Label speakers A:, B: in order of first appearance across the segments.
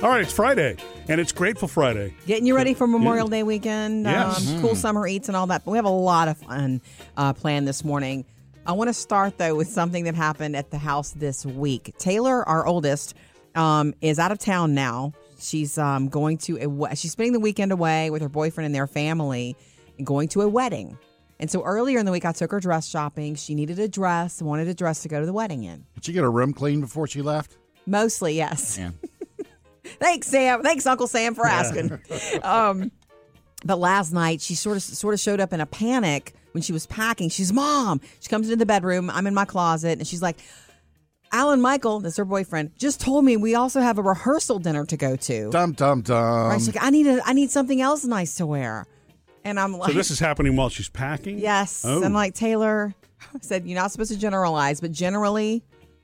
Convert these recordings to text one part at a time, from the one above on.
A: All right, it's Friday, and it's Grateful Friday.
B: Getting you ready for Memorial Day weekend,
A: Yes.
B: um, cool summer eats and all that. But we have a lot of fun uh, planned this morning. I want to start though with something that happened at the house this week. Taylor, our oldest, um, is out of town now. She's um, going to a we- she's spending the weekend away with her boyfriend and their family, and going to a wedding. And so earlier in the week, I took her dress shopping. She needed a dress, wanted a dress to go to the wedding in.
C: Did she get her room clean before she left?
B: Mostly, yes.
C: Yeah.
B: Thanks, Sam. Thanks, Uncle Sam, for asking. um, but last night she sort of sort of showed up in a panic when she was packing. She's mom. She comes into the bedroom. I'm in my closet, and she's like, "Alan Michael, that's her boyfriend, just told me we also have a rehearsal dinner to go to."
C: Dum dum dum.
B: Right? She's like, "I need a, I need something else nice to wear," and I'm like,
A: So this is happening while she's packing.
B: Oh, Yes.
A: Oh.
B: And like Taylor said, you're not supposed to generalize, but generally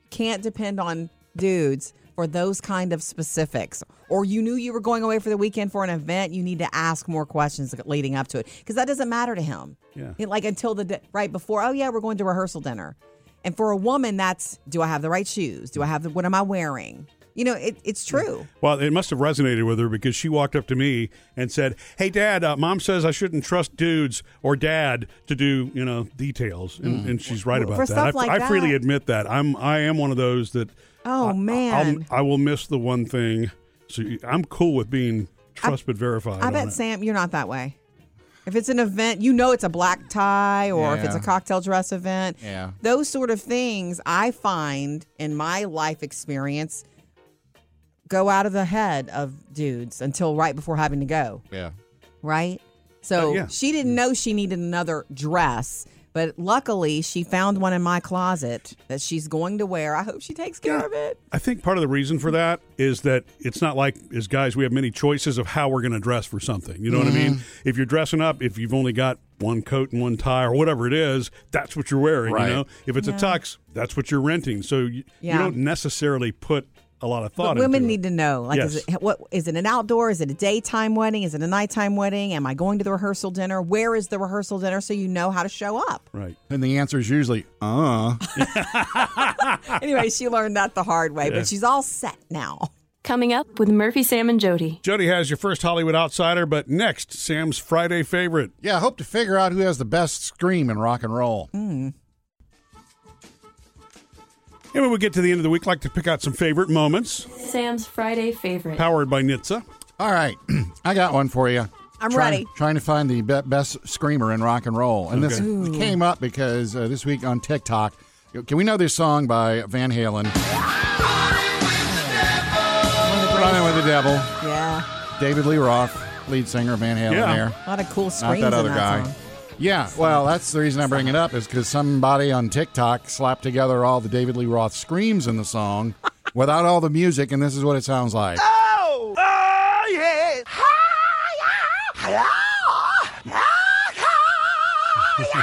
B: can't depend on dudes for those kind of specifics. Or you knew you were going away for the weekend for an event, you need to ask more questions leading up to it because that doesn't matter to him.
A: Yeah.
B: It- like until the day, right before, oh yeah, we're going to rehearsal dinner. And for a woman, that's do I have the right shoes? Do I have the, what am I wearing? You know, it, it's true.
A: Well, it must have resonated with her because she walked up to me and said, "Hey, Dad, uh, Mom says I shouldn't trust dudes or Dad to do you know details," and, and she's right about
B: Mm. For
A: that.
B: stuff
A: I,
B: like
A: I freely
B: that.
A: admit that. I'm I am one of those that.
B: Oh,
A: I-
B: man.
A: I'll, I will miss the one thing. So you- I'm cool with being trust but verified.
B: I
A: on
B: bet
A: it.
B: Sam, you're not that way. If it's an event, you know it's a black tie or if it's a
C: Yeah.
B: cocktail dress event.
C: Yeah.
B: Those sort of things I find in my life experience go out of the head of dudes until right before having to go,
C: yeah.
B: right? So
A: Uh, yeah.
B: she didn't know she needed another dress, but luckily she found one in my closet that she's going to wear. I hope she takes care
A: Yeah.
B: of it.
A: I think part of the reason for that is that it's not like as guys we have many choices of how we're going to dress for something. You know what I mean? If you're dressing up, if you've only got one coat and one tie or whatever it is, that's what you're wearing.
C: Right.
A: You know, if it's a tux, that's what you're renting. So you,
B: Yeah.
A: you don't necessarily put a lot of thought.
B: But women
A: into it.
B: need to know. Like, is
A: Yes.
B: it what is it an outdoor? Is it a daytime wedding? Is it a nighttime wedding? Am I going to the rehearsal dinner? Where is the rehearsal dinner? So you know how to show up.
A: right.
C: And the answer is usually, uh.
B: anyway, she learned that the hard way, but she's all set now.
D: Coming up with Murphy, Sam, and Jody.
A: Jody has your first Hollywood outsider, but next Sam's Friday favorite.
C: yeah, I hope to figure out who has the best scream in rock and roll.
A: And when we get to the end of the week, like to pick out some favorite moments,
D: Sam's Friday favorite.
A: powered by Nitsa.
C: All right. I got one for you.
B: I'm
C: Trying-
B: ready.
C: Trying to find the be- best screamer in rock and roll. And this came up because uh, this week on TikTok, can we know this song by Van Halen? Running with the Devil.
B: Yeah,
C: David Lee Roth, lead singer of Van Halen
A: Yeah.
C: there.
B: a lot of cool
C: Not
B: screams
C: that other
B: in that
C: guy.
B: song.
C: Yeah, well, that's the reason I bring it up is because somebody on TikTok slapped together all the David Lee Roth screams in the song without all the music, and this is what it sounds like.
E: Oh,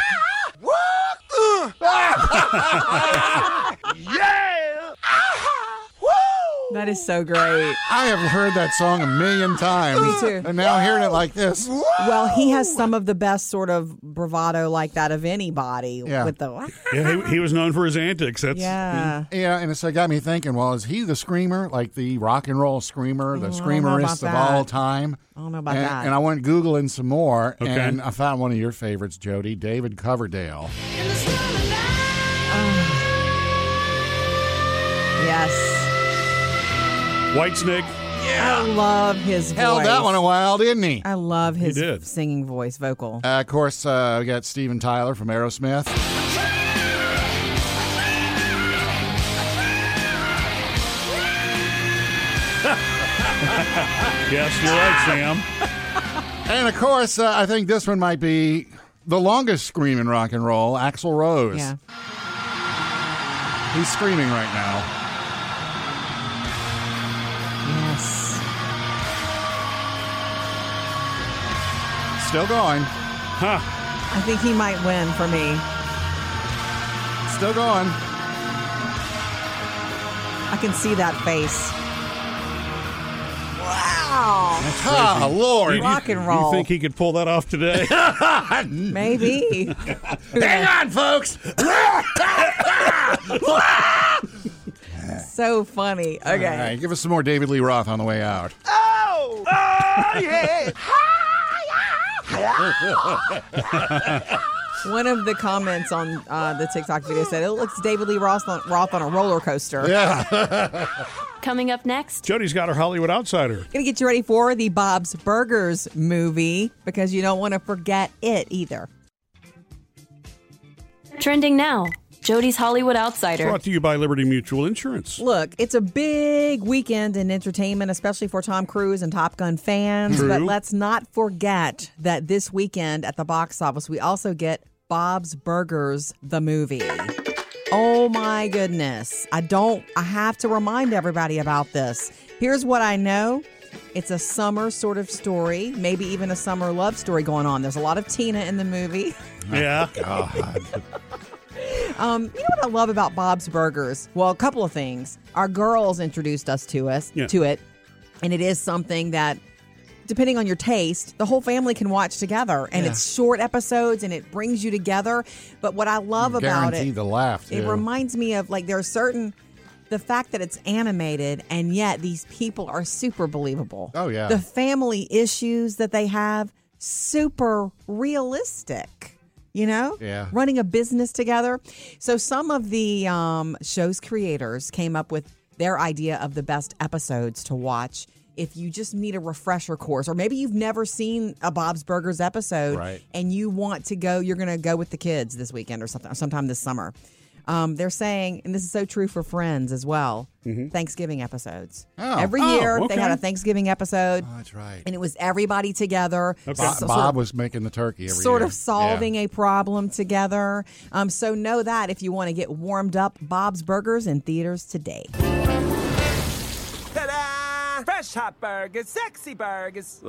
B: That is so great.
C: I have heard that song a million times.
B: Me too.
C: And now hearing it like this.
B: Well, he has some of the best sort of bravado like that of anybody.
C: Yeah.
B: With the
A: Yeah, he, he was known for his antics. That's
B: yeah,
C: Yeah, and it's, it got me thinking, well, is he the screamer, like the rock and roll screamer, the
B: I don't know about
C: screamerist of
B: that.
C: all time?
B: I don't know about
C: and,
B: that.
C: And I went Googling some more,
A: Okay.
C: and I found one of your favorites, Jody, David Coverdale.
B: yes.
A: White Snake.
B: I love his voice.
C: Held that one a while, didn't he?
B: I love his
A: did.
B: singing voice, vocal.
C: Uh, of course, uh, we got Steven Tyler from Aerosmith.
A: Yes, you're right, Sam.
C: And of course, uh, I think this one might be the longest scream in rock and roll, Axl Rose.
B: Yeah.
C: He's screaming right now.
B: Yes.
C: Still going.
B: I think he might win for me.
C: Still going.
B: I can see that face. Wow.
C: Ah, Lord.
B: Rock and
A: You
B: roll.
A: think he could pull that off today?
B: Maybe.
C: Hang on, folks.
B: so funny. Okay.
C: All right, give us some more David Lee Roth on the way out.
B: One of the comments on uh, the TikTok video said it looks David Lee Roth on, Roth on a roller coaster.
D: Coming up next,
A: Jody's got her Hollywood outsider.
B: Gonna get you ready for the Bob's Burgers movie because you don't want to forget it either.
D: trending now, Jody's Hollywood Outsider.
A: Brought to you by Liberty Mutual Insurance.
B: Look, it's a big weekend in entertainment, especially for Tom Cruise and Top Gun fans.
A: True.
B: But let's not forget that this weekend at the box office, we also get Bob's Burgers, the movie. Oh my goodness. I don't, I have to remind everybody about this. Here's what I know it's a summer sort of story, maybe even a summer love story going on. There's a lot of Tina in the movie.
A: Yeah.
C: God.
B: Um, you know what I love about Bob's Burgers? Well, a couple of things. Our girls introduced us to us
A: Yeah.
B: to it, and it is something that, depending on your taste, the whole family can watch together. And it's short episodes, and it brings you together. But what I love about
C: Guaranteed
B: it,
C: to laugh.
B: it
C: too.
B: reminds me of like there are certain. The fact that it's animated and yet these people are super believable.
C: Oh, yeah.
B: The family issues that they have, super realistic, you know?
C: Yeah.
B: Running a business together. So some of the um, show's creators came up with their idea of the best episodes to watch if you just need a refresher course or maybe you've never seen a Bob's Burgers episode
C: Right.
B: and you want to go, you're going to go with the kids this weekend or something, or sometime this summer. Um, they're saying, and this is so true for friends as well. Thanksgiving episodes.
C: Mm-hmm. Oh.
B: Every
A: Oh,
B: year they had
A: okay.
B: a Thanksgiving episode,
C: Oh, that's right.
B: and it was everybody together.
A: Okay.
C: Bob,
B: so- sort
C: Bob
B: of-
C: was making the turkey every
B: sort
C: year.
B: of solving a problem together. Um, so know that if you want to get warmed up, Bob's Burgers in theaters today.
F: Ta-da! Fresh hot burgers, sexy burgers.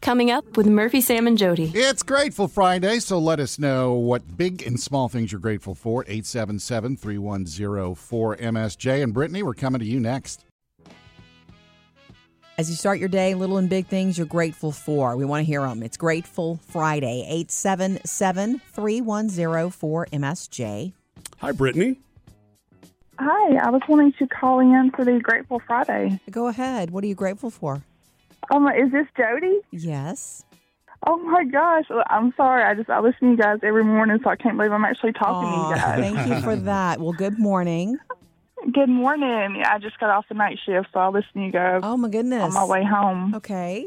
D: Coming up with Murphy, Sam, and Jody.
C: It's Grateful Friday, so let us know what big and small things you're grateful for. 877 3104 MSJ. And Brittany, we're coming to you next.
B: As you start your day, little and big things you're grateful for. We want to hear them. It's Grateful Friday, 877 3104 MSJ.
A: Hi, Brittany.
G: Hi, I was wanting to call in for the Grateful Friday.
B: Go ahead. What are you grateful for?
G: Um, is this Jody?
B: Yes.
G: Oh my gosh, Well, I'm sorry. I just I listen to you guys every morning, so I can't believe I'm actually talking
B: Aw,
G: to you guys.
B: thank you for that. Well, good morning.
G: Good morning. Yeah, I just got off the night shift, so I listen to you guys
B: Oh, my goodness.
G: on my way home.
B: Okay.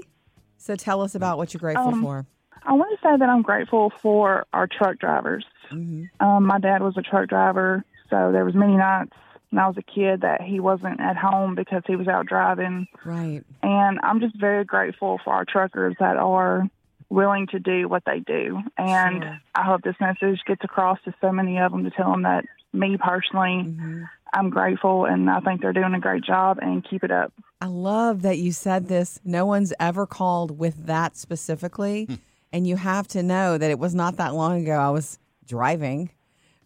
B: So tell us about what you're grateful
G: Um,
B: for.
G: I want to say that I'm grateful for our truck drivers.
B: Mm-hmm.
G: Um, my dad was a truck driver, so there was many nights when I was a kid that he wasn't at home because he was out driving.
B: Right.
G: And I'm just very grateful for our truckers that are willing to do what they do. And
B: Sure.
G: I hope this message gets across to so many of them to tell them that me personally, I'm grateful and I think they're doing a great job and keep it up.
B: I love that you said this. No one's ever called with that specifically. and you have to know that it was not that long ago I was driving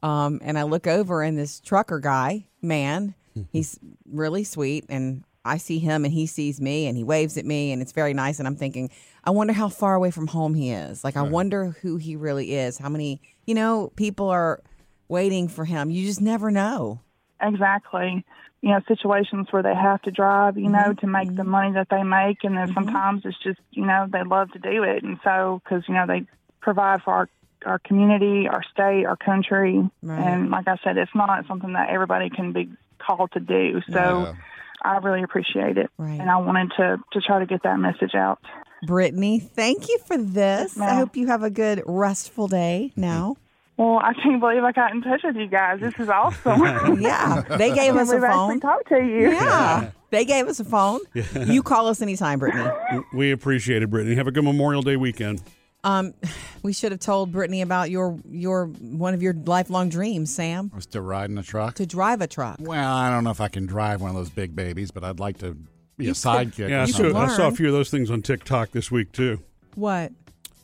B: um, and I look over and this trucker guy, man, he's really sweet. And I see him and he sees me and he waves at me and it's very nice. And I'm thinking, I wonder how far away from home he is. Like, I wonder who he really is. How many, you know, people are waiting for him. You just never know.
G: Exactly. You know, situations where they have to drive, you know, to make
B: Mm-hmm.
G: the money that they make. And then sometimes it's just, you know, they love to do it. And so, because, you know, they provide for our, our community, our state, our country.
B: Right.
G: And like I said, it's not something that everybody can be called to do. So I really appreciate it.
B: Right.
G: And I wanted to, to try to get that message out.
B: Brittany, thank you for this. I
G: ma'am.
B: hope you have a good, restful day now.
G: Well, I can't believe I got in touch with you guys. This is awesome.
B: Yeah, they gave us a
G: We've actually
B: phone.
G: talked to you.
B: Yeah, they gave us a phone. You call us anytime, Brittany.
A: We appreciate it, Brittany. Have a good Memorial Day weekend.
B: Um, we should have told Brittany about your your one of your lifelong dreams, Sam,
C: I was still riding a truck.
B: to drive a truck.
C: Well, I don't know if I can drive one of those big babies, but I'd like to be a sidekick.
A: Yeah, I
C: or
B: you
A: saw,
B: could
C: something.
A: I saw a
B: learn.
A: few of those things on TikTok this week, too.
B: What?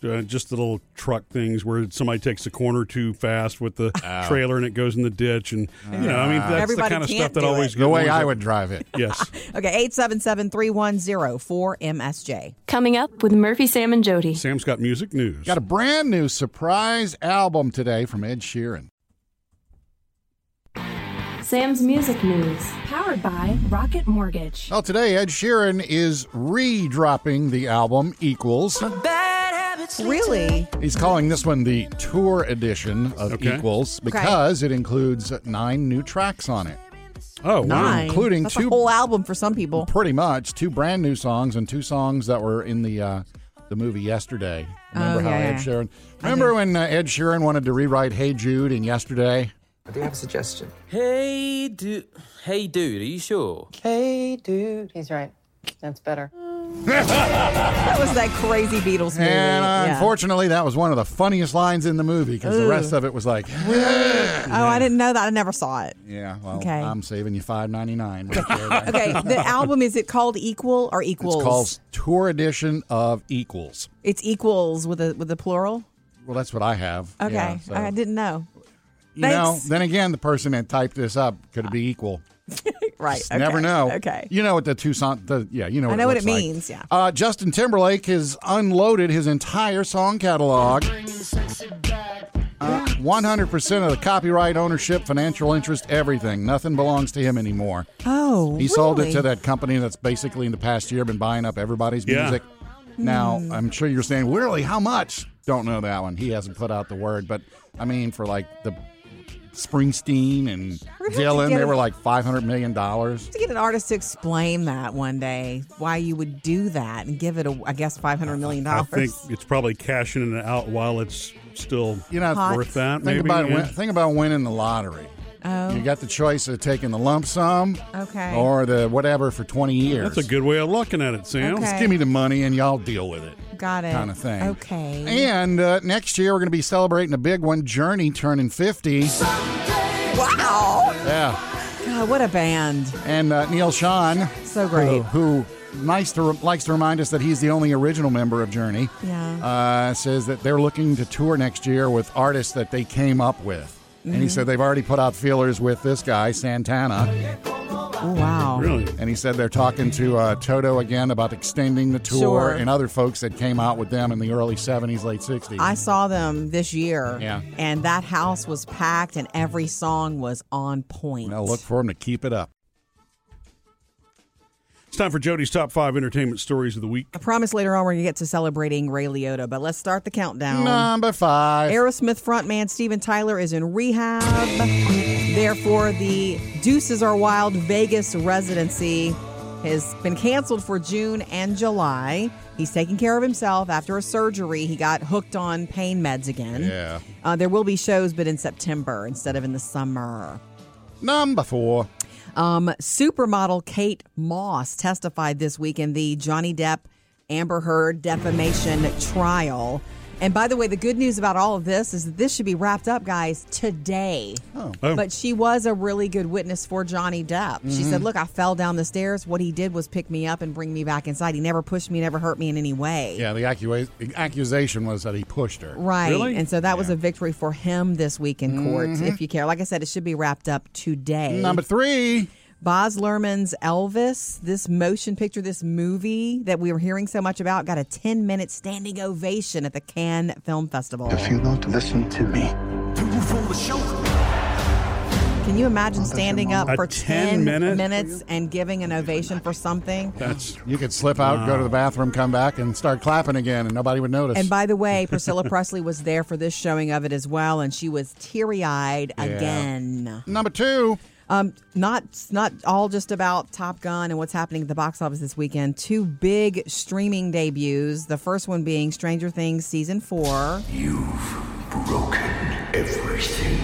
A: Uh, just the little truck things where somebody takes the corner too fast with the trailer and it goes in the ditch. And, you know, I mean, that's
B: Everybody
A: the kind of
B: can't
A: stuff that
B: do
A: always
C: the way
A: always-
C: I would drive it.
A: Yes.
B: Okay, eight seven seven three one zero four MSJ.
D: Coming up with Murphy, Sam, and Jody.
A: Sam's got music news.
C: Got a brand new surprise album today from Ed Sheeran.
D: Sam's Music News, powered by Rocket Mortgage.
C: Well, today Ed Sheeran is re-dropping the album Equals.
F: Bad habits.
B: Really?
C: He's calling this one the tour edition of
A: Okay.
C: Equals because it includes nine new tracks on it,
A: Oh, wow.
B: Nine.
C: including
B: That's
C: two-
B: a whole album for some people.
C: pretty much two brand new songs and two songs that were in the uh, the movie yesterday. Remember
B: Oh,
C: how
B: yeah,
C: Ed
B: yeah.
C: Sheeran? Remember when uh, Ed Sheeran wanted to rewrite Hey Jude in Yesterday?
H: I do have a suggestion.
F: Hey, dude. Hey, dude. Are you sure?
H: Hey, dude.
I: He's right. That's better.
B: That was that crazy Beatles movie.
C: And uh,
B: Yeah.
C: unfortunately, that was one of the funniest lines in the movie because the rest of it was like,
B: Oh, I didn't know that. I never saw it.
C: yeah, well,
B: Okay.
C: I'm saving you five ninety nine. It's
B: Okay, the album is it called Equal or Equals?
C: called Tour Edition of Equals.
B: It's Equals with a with a plural.
C: Well, that's what I have.
B: Okay,
C: Yeah, so-
B: I didn't know.
C: You know,
B: Thanks.
C: then again, the person that typed this up could it be equal?
B: Right.
C: Just
B: Uh, okay.
C: Never know.
B: Okay.
C: You know what the Tucson? The, yeah, you know. What
B: know what
C: looks
B: it
C: like.
B: means, yeah.
C: Uh, Justin Timberlake has unloaded his entire song catalog. Uh, One hundred percent of the copyright ownership, financial interest, everything. Nothing belongs to him anymore.
B: Oh,
C: He sold it
B: really?
C: to that company that's basically in the past year been buying up everybody's
A: Yeah.
C: music. Now,
B: Hmm.
C: I'm sure you're saying, really, how much? Don't know that one. He hasn't put out the word, but I mean, for like the Springsteen and
B: We're gonna have to
C: Dylan,
B: get
C: they
B: him-
C: were like $500 million.
B: to get an artist to explain that one day why you would do that and give it a I guess five hundred million
A: I
B: dollars.
A: think it's probably cashing it out while it's still
C: You know,
B: Hot.
A: worth that.
C: think,
A: maybe,
C: about
A: yeah.
C: win- think about winning the lottery. You got the choice of taking the lump sum
B: Oh. Okay.
C: or the whatever for 20 years.
A: That's a good way of looking at it, Sam.
B: Okay.
C: Give me the money and y'all deal with it.
B: Got it.
C: kind of thing.
B: Okay.
C: And uh, next year, we're going to be celebrating a big one Journey turning 50.
B: Wow.
C: Yeah.
B: God, what a band.
C: And uh, Neil Sean,
B: So great.
C: who nice to likes to remind us that he's the only original member of Journey,
B: Yeah.
C: uh, says that they're looking to tour next year with artists that they came up with. And
B: Mm-hmm.
C: he said they've already put out feelers with this guy, Santana.
B: Oh, wow.
A: Really?
C: And he said they're talking to uh, Toto again about extending the tour
B: Sure.
C: and other folks that came out with them in the early 70s, late 60s.
B: I saw them this year.
C: Yeah.
B: And that house was packed and every song was on point.
C: now look for him to keep it up.
A: It's time for Jody's top five entertainment stories of the week.
B: I promise later on we're going to get to celebrating Ray Liotta, but let's start the countdown.
C: Number five.
B: Aerosmith frontman Steven Tyler is in rehab. Therefore, the Deuces Are Wild Vegas residency has been canceled for June and July. He's taking care of himself after a surgery. He got hooked on pain meds again.
C: Yeah.
B: Uh, there will be shows, but in September instead of in the summer.
C: Number four.
B: Um, supermodel Kate Moss testified this week in the Johnny Depp Amber Heard defamation trial. And by the way, the good news about all of this is that this should be wrapped up, guys, today.
A: Oh.
B: But she was a really good witness for Johnny Depp. She said, Look, I fell down the stairs. What he did was pick me up and bring me back inside. He never pushed me, never hurt me in any way.
C: Yeah, the, accu- the accusation was that he pushed her.
B: Right.
A: Really?
B: And so that was a victory for him this week in court, if you care. Like I said, it should be wrapped up today.
C: Number three.
B: Boz Luhrmann's Elvis, this motion picture, this movie that we were hearing so much about, got a 10 minute standing ovation at the Cannes Film Festival.
J: If you don't listen to me,
B: Can you imagine standing up
A: A
B: for
A: 10
B: 10
A: minute?
B: minutes and giving an ovation for something?
A: That's
C: You could slip out, go to the bathroom, come back, and start clapping again, and nobody would notice.
B: And by the way, Priscilla Presley was there for this showing of it as well, and she was teary eyed again.
C: Number two.
B: Um, not not all just about Top Gun and what's happening at the box office this weekend. Two big streaming debuts. The first one being Stranger Things season four.
J: broken everything.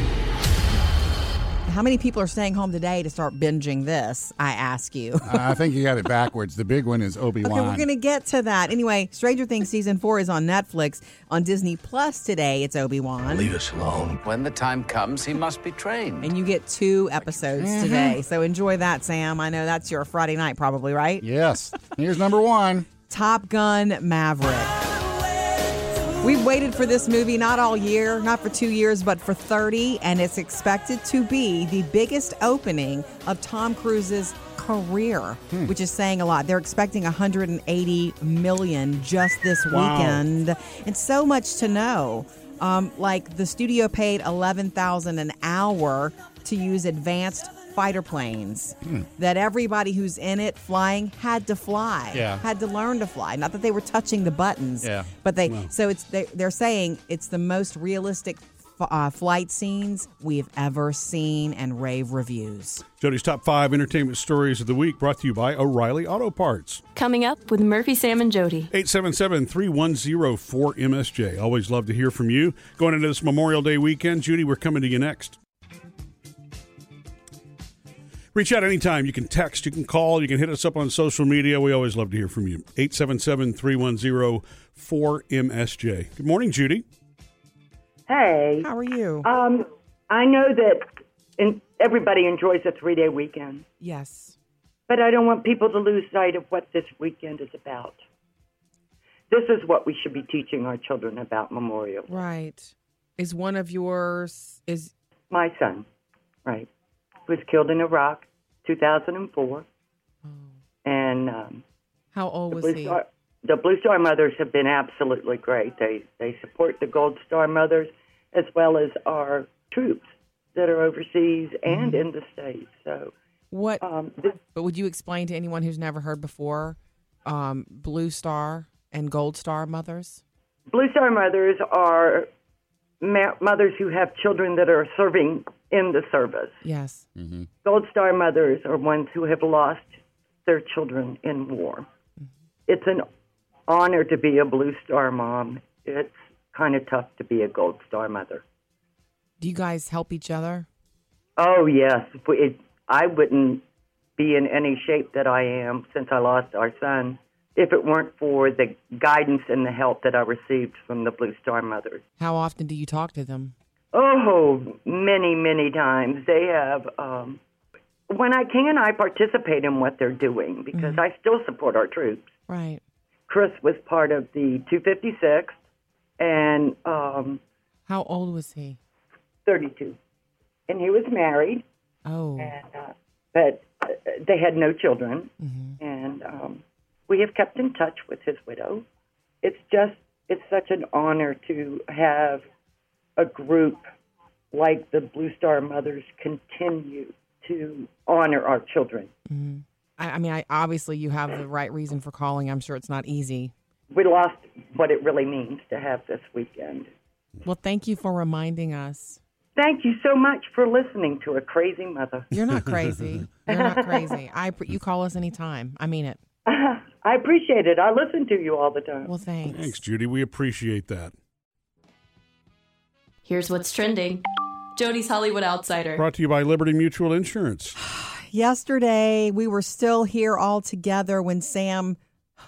B: How many people are staying home today to start binging this? I ask you.
C: I think you got it backwards. The big one is Obi Wan.
B: Okay, we're gonna get to that anyway. Stranger Things season four is on Netflix on Disney Plus today. It's Obi Wan,
J: Leave us alone.
K: When the time comes, he must be trained.
B: and you get two episodes today. So enjoy that, Sam. I know that's your Friday night, probably right?
C: Yes. Here's number one.
B: Top Gun Maverick. We've waited for this movie not all year, not for two years, but for 30, and it's expected to be the biggest opening of Tom Cruise's career, which is saying a lot. They're expecting 180 million just this
C: Wow.
B: weekend, and so much to know. Um, like the studio paid 11,000 an hour to use advanced fighter planes
C: Hmm.
B: that everybody who's in it flying had to fly,
C: Yeah.
B: had to learn to fly. Not that they were touching the buttons,
C: Yeah.
B: but they. So it's they, they're saying it's the most realistic f- uh, flight scenes we've ever seen, and rave reviews.
A: Jody's top five entertainment stories of the week brought to you by O'Reilly Auto Parts.
D: Coming up with Murphy, Sam, and Jody.
A: 877 3104 MSJ. Always love to hear from you. Going into this Memorial Day weekend, Judy, we're coming to you next. Reach out anytime. You can text, you can call, you can hit us up on social media. We always love to hear from you. 877 3104 MSJ. Good morning, Judy.
I: Hey,
B: How are you?
L: Uh,
I: um, I know that in, everybody enjoys a three day weekend,
B: yes.
I: but I don't want people to lose sight of what this weekend is about. This is what we should be teaching our children about Memorial.
L: Right. Is one of yours is
I: My son, right, was killed in Iraq 2004.
B: Oh.
I: And um,
L: how old
I: the
L: was
I: Blue
L: he?
I: Star, the Blue Star Mothers have been absolutely great. They they support the Gold Star Mothers as well as our troops that are overseas and in the states. So
L: What?
I: um, this,
L: but would you explain to anyone who's never heard before, um, Blue Star and Gold Star mothers?
I: Blue Star Mothers are ma- mothers who have children that are serving in the service.
L: Yes.
I: Gold Star mothers are ones who have lost their children in war. It's an honor to be a Blue Star mom. It's kind of tough to be a Gold Star mother.
L: Do you guys help each other?
I: Oh yes, If we- it, I wouldn't be in any shape that I am since I lost our son if it weren't for the guidance and the help that I received from the Blue Star Mothers.
L: How often do you talk to them?
I: Oh, many, many times. They have, um, when I can, I participate in what they're doing because I still support our troops.
L: Right.
I: Chris was part of the 256th and um,
L: How old was he?
I: 32. And he was married,
L: Oh.
I: and, uh, but uh, they had no children. And um, we have kept in touch with his widow. It's just, it's such an honor to have a group like the Blue Star Mothers continue to honor our children.
L: I, I mean, I obviously you have the right reason for calling. I'm sure it's not easy.
I: We lost what it really means to have this weekend.
L: Well, thank you for reminding us.
I: Thank you so much for listening to a crazy mother.
L: You're not crazy. You're not crazy. I appre- you call us anytime. I mean it.
I: I appreciate it. I listen to you all the time.
L: Well, thanks.
A: Thanks, Judy. We appreciate that.
D: Here's what's trending Jody's Hollywood Outsider.
A: Brought to you by Liberty Mutual Insurance.
B: Yesterday, we were still here all together when Sam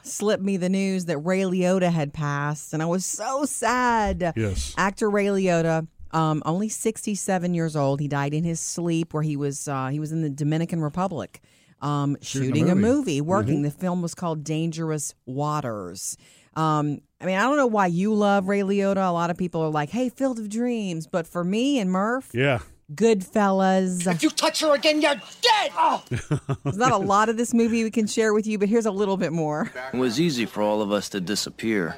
B: slipped me the news that Ray Liotta had passed, and I was so sad.
A: Yes.
B: Actor Ray Liotta, um, only 67 years old, he died in his sleep where he was uh, he was in the Dominican Republic, um, shooting, a, movie. Mm-hmm. working. The film was called Dangerous Waters. Um, I mean, I don't know why you love Ray Liotta. A lot of people are like, "Hey, Field of Dreams," but for me and Murph,
A: Yeah.
B: Goodfellas.
E: You touch her again, you're dead! Oh!
B: There's not a lot of this movie we can share with you, but here's a little bit more.
M: It was easy for all of us to disappear.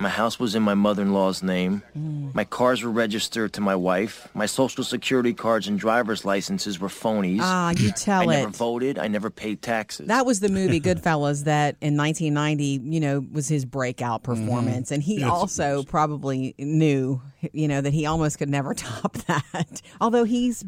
M: My house was in my mother in law's name. My cars were registered to my wife. My social security cards and driver's licenses were phonies.
B: Ah, you tell
M: I never
B: it.
M: voted. I never paid taxes.
B: That was the movie Goodfellas that in 1990, you know, was his breakout performance. And he
M: Mm-hmm. Yes,
B: also probably knew, you know, that he almost could never top that. Although he's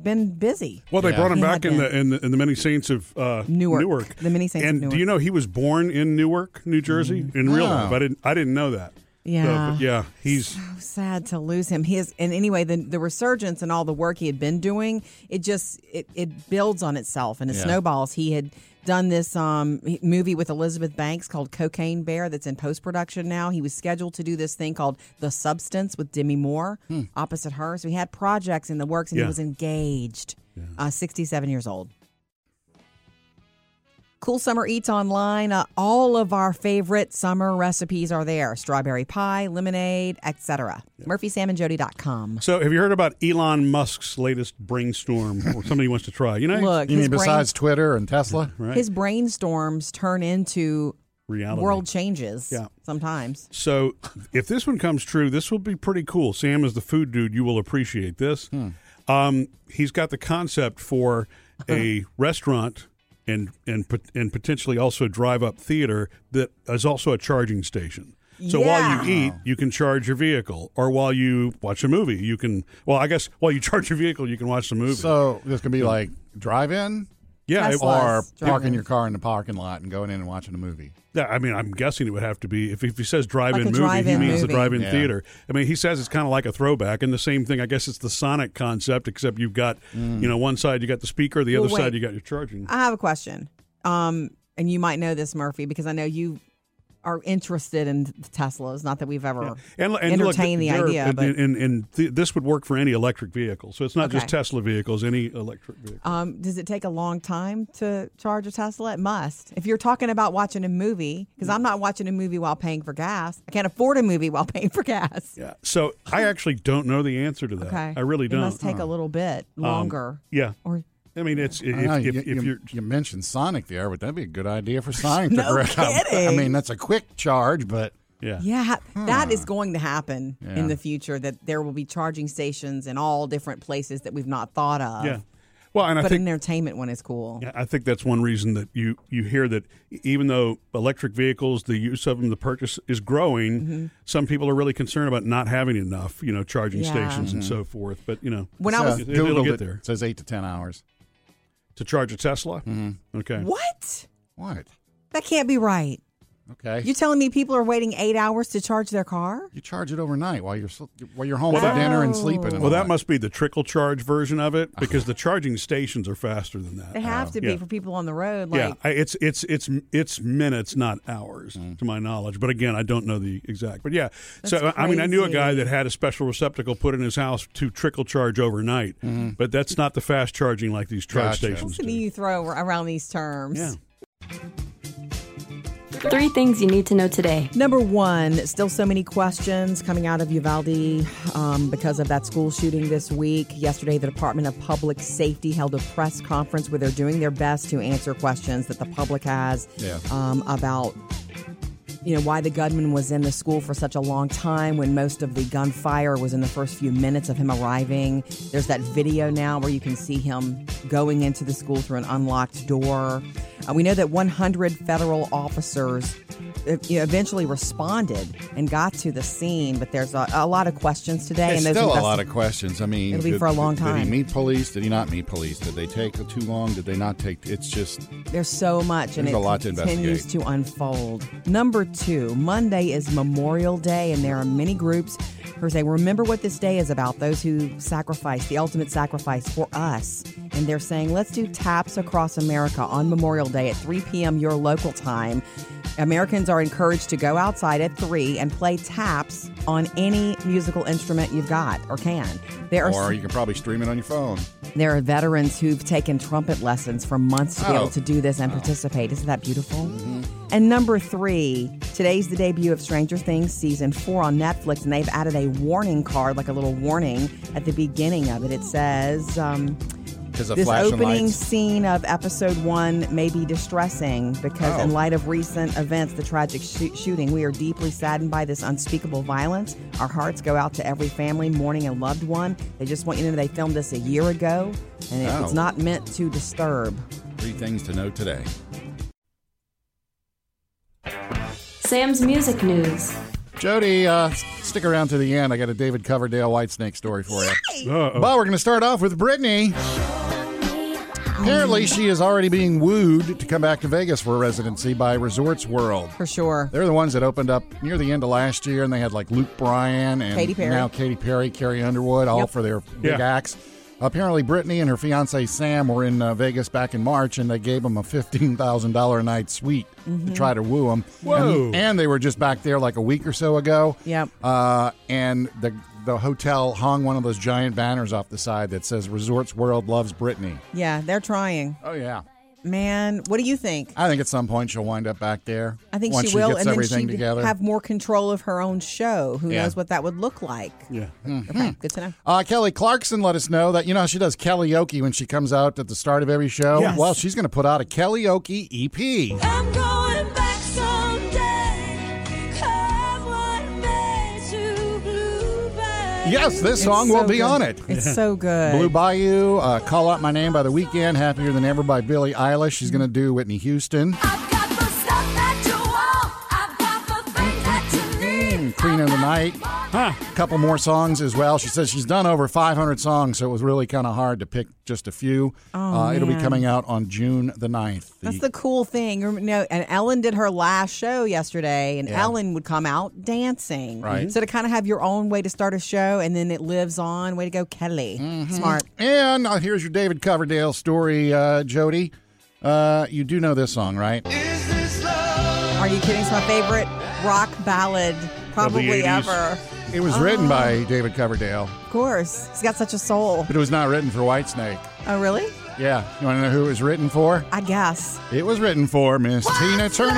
B: been busy.
A: Well, they brought him
B: He had
A: back in
B: been.
A: the, in the in the many saints of uh,
B: Newark. The many saints of
A: And
B: Newark.
A: do you know he was born in Newark, New Jersey, in real
B: Oh.
A: life? I didn't I didn't know that.
B: Yeah.
A: So, but yeah, he's
B: so sad to lose him. His and anyway, the the resurgence and all the work he had been doing, it just it, it builds on itself and it
A: Yeah.
B: snowballs. He had done this um, he- movie with Elizabeth Banks called Cocaine Bear that's in post production now. He was scheduled to do this thing called The Substance with Demi Moore opposite her. So he had projects in the works and
N: Yeah.
B: he was engaged. Uh, 67 years old. Cool Summer Eats Online. Uh, all of our favorite summer recipes are there strawberry pie, lemonade, etc. MurphySamandJody.com.
A: so. Have you heard about Elon Musk's latest brainstorm, or something he wants to try? You know,
B: Look, You his mean brain- besides
A: Twitter and Tesla, right?
B: His brainstorms turn into
A: Reality.
B: world changes
A: Yeah.
B: sometimes.
A: So, if this one comes true, this will be pretty cool. Sam is the food dude. You will appreciate this. Um, he's got the concept for a restaurant and and pot- and potentially also drive up theater that is also a charging station. So while you
N: Yeah.
A: eat, you can charge your vehicle, or while you watch a movie, you can. Well, I guess while you charge your vehicle, you can watch the movie.
C: So this can be like drive-in,
A: yeah, it-
C: or parking your car in the parking lot and going in and watching a movie.
A: Yeah, I mean, I'm guessing it would have to be if, if he says drive-in
C: Like a
A: movie,
C: drive-in
A: he means the
C: movie.
A: drive-in
C: Yeah.
A: theater. I mean, he says it's kind of like a throwback, and the same thing. I guess it's the Sonic concept, except you've got
C: Mm.
A: you know one side you got the speaker, the
B: Well,
A: other
B: wait.
A: side you got your charging.
B: I have a question. Um, and you might know this, Murphy, because I know you are interested in Teslas. Not that we've ever
A: And, and look,
B: entertained the
A: there-
B: idea,
A: and,
B: but
A: and, and th- this would work for any electric vehicle. So it's not just
B: Okay.
A: Tesla vehicles, any electric vehicle.
B: um, does it take a long time to charge a Tesla? It must. If you're talking about watching a movie, because I'm not watching a movie while paying for gas. I can't afford a movie while paying for gas.
A: Yeah. So I actually don't know the answer to that.
B: Okay.
A: I really don't.
B: It must take a little bit
A: Um,
B: longer.
A: yeah.
B: Or
A: I mean, it's if,
C: I know,
A: if,
C: you,
A: if
C: you-
A: you're
C: you mentioned Sonic there, but that'd be a good idea for Sonic to
B: No
C: grab. I
B: kidding.
C: mean, that's a quick charge, but
A: yeah,
B: Yeah, ha-
A: Hmm.
B: that is going to happen
C: Yeah.
B: in the future. That there will be charging stations in all different places that we've not thought of.
A: Yeah. Well, and I
B: but
A: think-
B: an entertainment one is cool.
A: Yeah, I think that's one reason that you you hear that e, even though electric vehicles, the use of them, the purchase is growing,
B: Mm-hmm.
A: some people are really concerned about not having enough, you know, charging
B: Yeah.
A: stations and
C: Mhm.
A: so forth. But you know,
B: When I was-
A: it, will
C: Googled
A: get
C: it.
A: there
C: It says eight to ten hours.
A: to charge a Tesla. Okay,
B: What?
C: What?
B: That can't be right.
C: Okay.
B: You telling me people are waiting eight hours to charge their car?
C: You charge it overnight while you're sl- while you're home for dinner and sleeping. And
A: well,
C: all
A: that must be the trickle charge version of it because the charging stations are faster than that.
B: They have to be
A: Yeah.
B: for people on the road. Like,
A: Yeah, I- it's it's it's it's minutes, not hours,
C: Mm.
A: to my knowledge. But again, I don't know the exact. But yeah, so
B: That's
A: I mean, I knew a
B: crazy.
A: guy that had a special receptacle put in his house to trickle charge overnight, but that's not the fast charging like these charge
C: Mm-hmm. Gotcha.
A: stations.
B: listen to you throw around these terms.
A: Yeah.
D: Three things you need to know today.
B: Number one, still so many questions coming out of Uvalde um, because of that school shooting this week. Yesterday, the Department of Public Safety held a press conference where they're doing their best to answer questions that the public has
O: Yeah.
B: um, about you know why the gunman was in the school for such a long time when most of the gunfire was in the first few minutes of him arriving there's that video now where you can see him going into the school through an unlocked door Uh, we know that 100 federal officers uh, you know, eventually responded and got to the scene but there's a, a lot of questions today
C: There's
B: and those
C: still a
B: investi-
C: lot of questions. I mean,
B: It'll be
C: did-
B: for a long
C: did- Did
B: time.
C: he meet police? Did he not meet police? Did they take too long? Did they not take? It's just
B: There's so much, and
C: There's
B: it
C: a lot to
B: continues to,
C: investigate.
B: unfold. Number two, Monday is Memorial Day, and there are many groups who say, "Remember what this day is about." Those who sacrifice the ultimate sacrifice for us, and they're saying, "Let's do taps across America on Memorial Day at 3 p.m. your local time." Americans are encouraged to go outside at 3 and play taps on any musical instrument you've got or can. There are
C: or you can probably stream it on your phone.
B: there are veterans who've taken trumpet lessons for months to be
C: Oh. Mm-hmm.
B: able to do this and participate. Isn't that beautiful? And number three, today's the debut of Stranger Things season four on Netflix, and they've added a warning card, like a little warning at the beginning of it. It says, um,
C: There's a
B: this
C: flashing
B: opening
C: lights.
B: scene of episode one may be distressing because,
C: Oh.
B: in light of recent events, the tragic shoo- shooting, we are deeply saddened by this unspeakable violence. Our hearts go out to every family mourning a loved one. They just want you to know they filmed this a year ago, and it- it's
C: Oh.
B: not meant to disturb.
C: Three things to know today.
D: Sam's Music News.
C: Jody, uh, s- stick around to the end. I got a David Coverdale Whitesnake story for you. But we're going to start off with Brittany. Apparently, she is already being wooed to come back to Vegas for a residency by Resorts World.
B: For sure.
C: They're the ones that opened up near the end of last year, and they had like Luke Bryan and
B: Katy Perry.
C: now Katy Perry, Carrie Underwood, all
B: Yep.
C: for their big
B: Yeah.
C: acts. Apparently, Brittany and her fiance Sam were in uh, Vegas back in March, and they gave them a $15,000 a night suite to
B: Mhm.
C: try to woo them.
B: Whoa.
C: And, and they were just back there like a week or so ago.
B: Yep.
C: Uh, and the the hotel hung one of those giant banners off the side that says Resorts World loves Brittany.
B: Yeah, they're trying.
C: Oh yeah,
B: man. What do you think?
C: I think at some point she'll wind up back there.
B: I think
C: once
B: she will,
C: gets
B: and then
C: everything
B: she'd
C: together.
B: have more control of her own show. Who
C: Yeah.
B: knows what that would look like?
A: Yeah.
C: Mm.
B: Okay, good to know.
C: Uh, Kelly Clarkson let us know that you know how she does karaoke when she comes out at the start of every show.
B: Yes.
C: Well, she's going to put out a karaoke E EP.
O: I'm going back someday. Have one day to blue
C: Yes, this song will be on it.
B: It's so good.
C: Blue Bayou, uh, Call Out My Name by The Weeknd, Happier Than Ever by Billie Eilish. She's going to do Whitney Houston. Mm, Queen of the Night. A couple more songs as well. She says she's done over 500 songs, so it was really kind of hard to pick just a few.
B: Oh,
C: uh, it'll be
B: man.
C: coming out on June the 9th. The-
B: That's the cool thing. You know, and Ellen did her last show yesterday, and
C: Yeah.
B: Ellen would come out dancing.
C: Right.
B: So to kind of have your own way to start a show, and then it lives on. Way to go, Kelly.
C: Mm-hmm.
B: Smart.
C: And uh, here's your David Coverdale story, uh, Jody. Uh, you do know this song, right?
B: Are you kidding? It's my favorite rock ballad probably
C: 80s.
B: ever.
C: It was
B: Oh,
C: written by David Coverdale,
B: Of course. He's got such a soul.
C: but it was not written for Whitesnake.
B: Oh, really?
C: Yeah. You want to know who it was written for?
B: I guess.
C: It was written for Miss Tina Turner.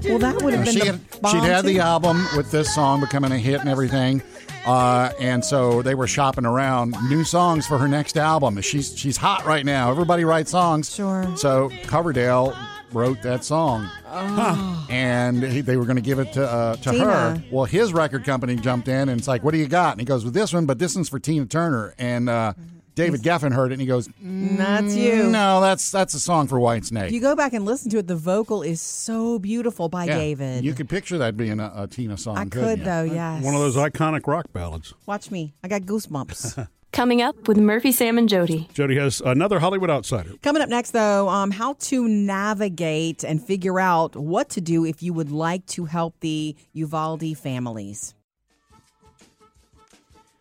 B: Well, that would have been
C: She
B: the
C: had,
B: bomb,
C: she'd had the uh,
B: too.
C: album with this song becoming a hit and everything. Uh, and so they were shopping around new songs for her next album. She's she's hot right now. Everybody writes songs. Sure. So Coverdale wrote that song. And he, they were going to give it to uh, to
B: Tina.
C: her. Well, his record company jumped in and it's like, "What do you got?" And he goes, "With this one, but this one's for Tina Turner." And uh, David Geffen heard it and he goes,
B: That's you.
C: Mm, No, that's that's a song for Whitesnake."
B: If you go back and listen to it, the vocal is so beautiful by
C: Yeah.
B: David.
C: You Oh, could picture that being a, a Tina song.
B: I
C: couldn't
B: could,
C: you?
B: though, yes.
A: One of those iconic rock ballads.
B: Watch me. I got goosebumps.
D: Coming up with Murphy, Sam, and Jody.
A: Jody has another Hollywood outsider.
B: Coming up next, though, um, how to navigate and figure out what to do if you would like to help the Uvalde families.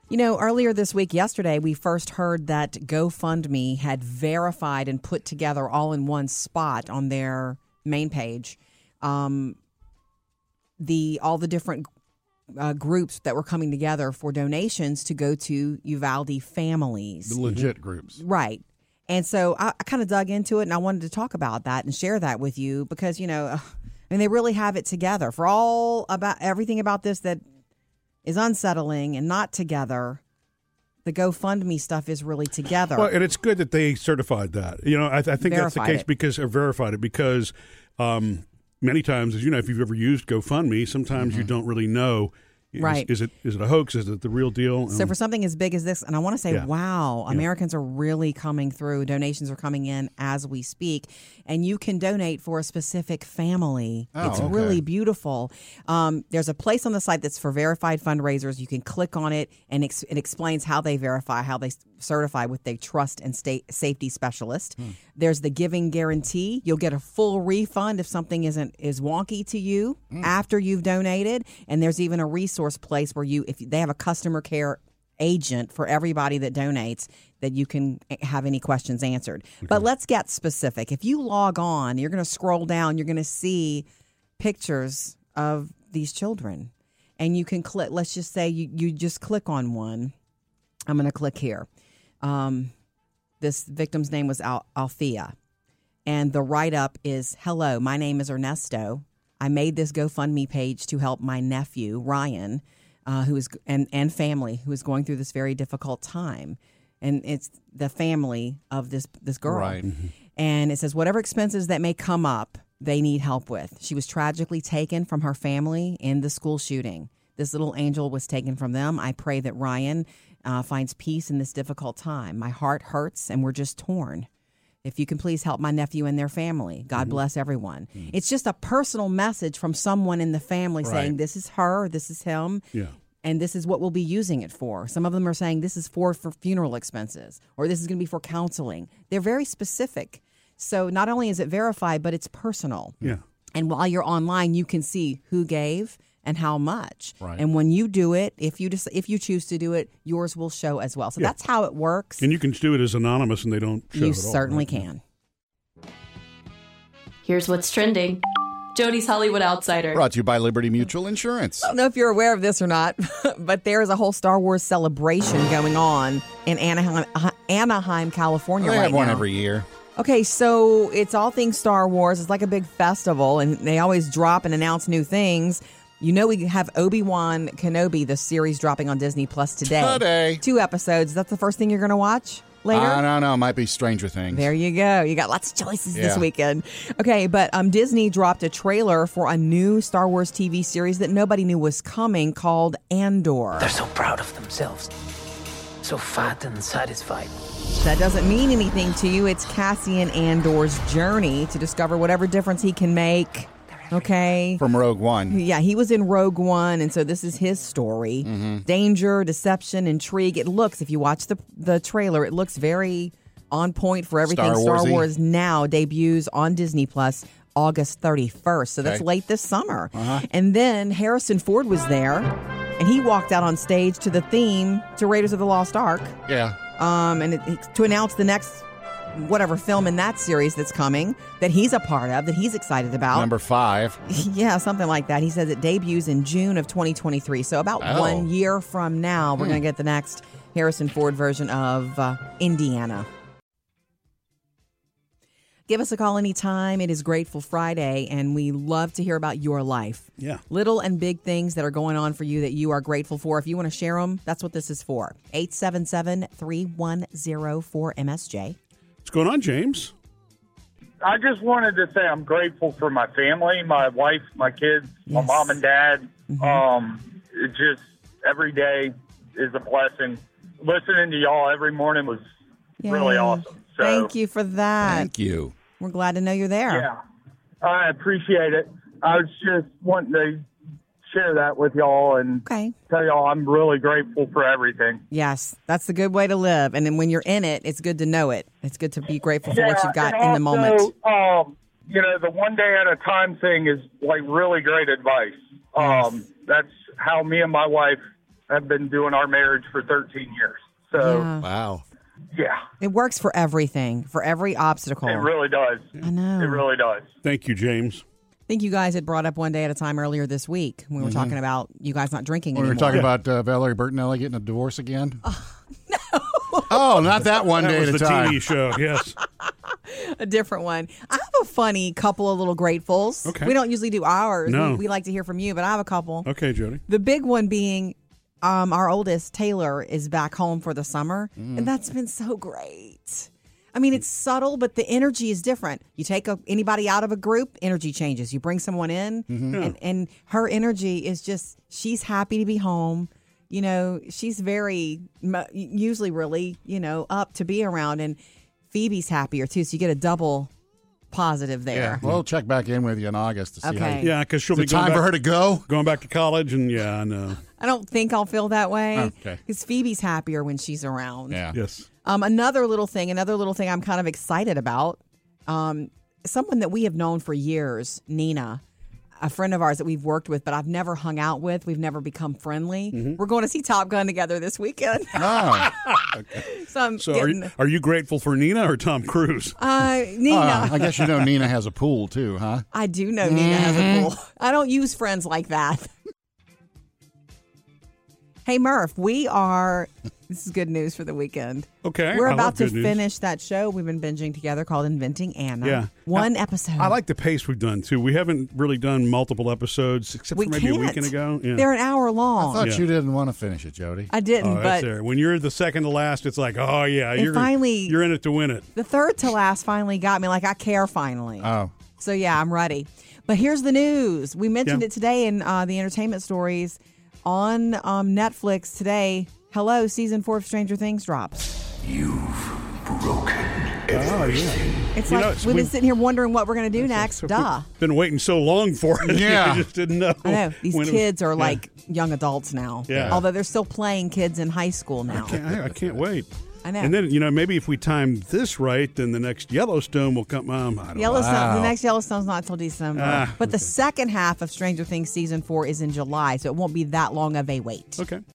B: You know, earlier this week, yesterday, we first heard that GoFundMe had verified and put together all in one spot on their main page um, the all the different uh, groups that were coming together for donations to go to Uvalde families.
C: The legit groups.
B: Right. And so I, I kind of dug into it and I wanted to talk about that and share that with you because, you know, I mean, they really have it together for all about everything about this that is unsettling and not together. The GoFundMe stuff is really together.
A: Well, and it's good that they certified that. You know, I, I think that's the
B: Verified
A: case
B: it.
A: because or verified it because um, many times, as you know, if you've ever used GoFundMe, sometimes you don't really know. Is,
B: Mm-hmm. Right.
A: Is it is it a hoax? Is it the real deal?
B: so
A: Um,
B: for something as big as this, and I want to say,
A: Yeah.
B: wow,
A: Yeah.
B: Americans are really coming through. Donations are coming in as we speak, and you can donate for a specific family.
N: Oh,
B: it's
N: okay.
B: really beautiful. Um, there's a place on the site that's for verified fundraisers. You can click on it, and ex- it explains how they verify, how they s- certify with a trust and state safety specialist. There's the giving guarantee. You'll get a full refund if something isn't is wonky to you after you've donated. And there's even a resource place where you, if they have a customer care agent for everybody that donates that you can have any questions answered. But let's get specific. If you log on, you're going to scroll down, you're going to see pictures of these children. And you can click, let's just say you, you just click on one. I'm going to click here. Um, this victim's name was Al- Althea. And the write up is Hello, my name is Ernesto. I made this GoFundMe page to help my nephew, Ryan, uh, who is, and, and family, who is going through this very difficult time. And it's the family of this, this girl.
C: Right. Mhm.
B: And it says, whatever expenses that may come up, they need help with. She was tragically taken from her family in the school shooting. This little angel was taken from them. I pray that Ryan uh, finds peace in this difficult time. My heart hurts and we're just torn. If you can please help my nephew and their family,
A: Mm-hmm.
B: God bless everyone.
A: Mm.
B: It's just a personal message from someone in the family
N: Right.
B: saying, This is her, this is him
N: Yeah.
B: and this is what we'll be using it for. Some of them are saying this is for, for funeral expenses or this is going to be for counseling. They're very specific. So not only is it verified, but it's personal.
A: Yeah.
B: And while you're online, you can see who gave and how much.
A: Right.
B: And when you do it, if you just if you choose to do it, yours will show as well. So
A: Yeah.
B: that's how it works.
A: and you can do it as anonymous, and they don't. Show
B: You
A: it at all,
B: certainly
A: right?
B: can.
D: Here's what's trending Jody's Hollywood Outsider.
C: Brought to you by Liberty Mutual Insurance.
B: I don't know if you're aware of this or not, but there is a whole Star Wars celebration going on in Anaheim, Anaheim, California
C: They
B: right
C: have one
B: now.
C: every year.
B: Okay, so it's all things Star Wars. It's like a big festival, and they always drop and announce new things. You know, we have Obi Wan Kenobi, the series dropping on Disney Plus today.
C: Today.
B: Two episodes. That's the first thing you're going to watch? later?
C: I don't know. It might be Stranger Things.
B: There you go. You got lots of choices this
C: Yeah.
B: weekend. Okay, but um, Disney dropped a trailer for a new Star Wars TV series that nobody knew was coming called Andor.
N: They're so proud of themselves, so fat and satisfied.
B: That doesn't mean anything to you. It's Cassian Andor's journey to discover whatever difference he can make. Okay.
C: From Rogue One.
B: Yeah, he was in Rogue One, and so this is his story.
L: Mm-hmm.
B: Danger, deception, intrigue. It looks, if you watch the the trailer, it looks very on point for everything.
L: Star
B: Star
L: Wars-y.
B: Wars now debuts on Disney Plus August 31st, so
L: Okay.
B: that's
L: Uh-huh.
B: late this summer. And then Harrison Ford was there, and he walked out on stage to the theme to Raiders of the Lost Ark
C: Yeah.
B: um, and it, to announce the next whatever film in that series that's coming that he's a part of that he's excited about
C: Number five.
B: yeah something like that he says it debuts in june of 2023 so about
C: Oh.
B: one year from now we're
C: Hmm.
B: going to get the next harrison ford version of uh, indiana give us a call anytime it is grateful friday and we love to hear about your life
A: Yeah.
B: little and big things that are going on for you that you are grateful for. If you want to share them, that's what this is for. 877 3104 MSJ.
A: What's going on, James?
O: I just wanted to say I'm grateful for my family, my wife, my kids, my
B: Yes. Mm-hmm.
O: mom and dad. Um, it just every day is a blessing. Listening to y'all every morning was really
B: Yay.
O: awesome. So
B: Thank you for that.
C: you.
B: We're glad to know you're there.
O: Yeah. I appreciate it. I was just wanting to share that with y'all and tell y'all I'm really grateful for everything.
B: Yes, that's the good way to live. And then when you're in it, it's good to know it. It's good to be grateful for what
O: Yeah,
B: you've got
O: and
B: in the moment.
O: also, Um, you know, the one day at a time thing is like really great advice. Um, That's how me and my wife have been doing our marriage for 13 years. So,
B: Yeah.
C: Wow.
O: yeah,
B: It works for everything, for every obstacle.
O: it really does.
B: I know.
O: It really does.
A: Thank you, James.
B: I think you guys had brought up one day at a time earlier this week. when We were
A: Mm-hmm.
C: Mhm.
B: talking about you guys not drinking
C: When we were
B: anymore.
C: talking about uh, Valerie Bertinelli getting a divorce again.
B: Oh,
C: no. Oh, not that one
A: That
C: day
A: was
C: at a
A: the
C: time.
A: TV show. Yes.
B: a different one. I have a funny couple of little gratefuls.
A: Okay.
B: We don't usually do ours.
A: No.
B: We, we like to hear from you, but I have a couple.
A: Okay, Jody.
B: The big one being um, our oldest, Taylor, is back home for the summer. And that's been so great. I mean, it's subtle, but the energy is different. You take a, anybody out of a group, energy changes. You bring someone in,
L: Mhm. Yeah.
B: and, and her energy is just, she's happy to be home. You know, she's very, mo- usually really, you know, up to be around. And Phoebe's happier too. So you get a double positive
C: Yeah.
B: there.
C: We'll check back in with you in August to see how
B: Okay.
C: you-
A: Yeah, because she'll
C: Is it
A: be going
C: time for
A: back-
C: her to go.
A: Going back to college, and yeah, I know.
B: I don't think I'll feel that way.
A: Okay.
B: Because Phoebe's happier when she's around.
A: Yes.
B: Um, another little thing, another little thing I'm kind of excited about. Um, someone that we have known for years, Nina, a friend of ours that we've worked with, but I've never hung out with. We've never become friendly.
A: Mm-hmm.
B: We're going to see Top Gun together this weekend.
C: Oh.
B: so I'm
A: So are
B: getting.
A: you, are you grateful for Nina or Tom Cruise?
B: uh, Nina.
C: Uh,
A: Uh-huh.
C: I guess you know Nina has a pool too, huh?
B: I do know Nina
A: Mm-hmm.
B: has a pool. I don't use friends like that. Hey Murph, we are. This is good news for the weekend.
A: Okay,
B: we're
A: I
B: about
A: love
B: to
A: good news.
B: finish that show we've been binging together called "Inventing Anna."
A: Yeah.
B: one episode.
A: I like the pace we've done too. We haven't really done multiple episodes except
B: We
A: for maybe
B: can't.
A: a weekend ago. Yeah.
B: They're an hour long.
C: I thought
A: Yeah.
C: you didn't want to finish it, Jody.
B: I didn't,
A: Oh, that's
B: but
A: there. when you're the second to last, it's like, oh yeah,
B: It
A: you're
B: finally-
A: you're in it to win it.
B: the third to last finally got me. Like I care finally.
A: Oh,
B: So yeah, I'm ready. But here's the news. We mentioned
A: Yeah.
B: it today in uh, the entertainment stories on um, Netflix today. Hello, season four of Stranger Things drops.
A: oh yeah.
B: It's
A: You know,
B: like
A: it's-
B: we've
A: we-
B: been sitting here wondering what we're going to do next. Duh.
A: Been waiting so long for it.
C: Yeah.
A: I just didn't know.
B: I know these
A: when it was-
B: kids are
A: Yeah.
B: like young adults now.
A: Yeah.
B: Although they're still playing kids in high school now.
A: Can't- I, I can't wait.
B: I know.
A: And then you know maybe if we time this right, then the next Yellowstone will come. Um, I don't know.
B: Yellowstone. The next Yellowstone's not till December,
A: Ah,
B: but the second half of Stranger Things season four is in July, so it won't be that long of a wait.
A: Okay.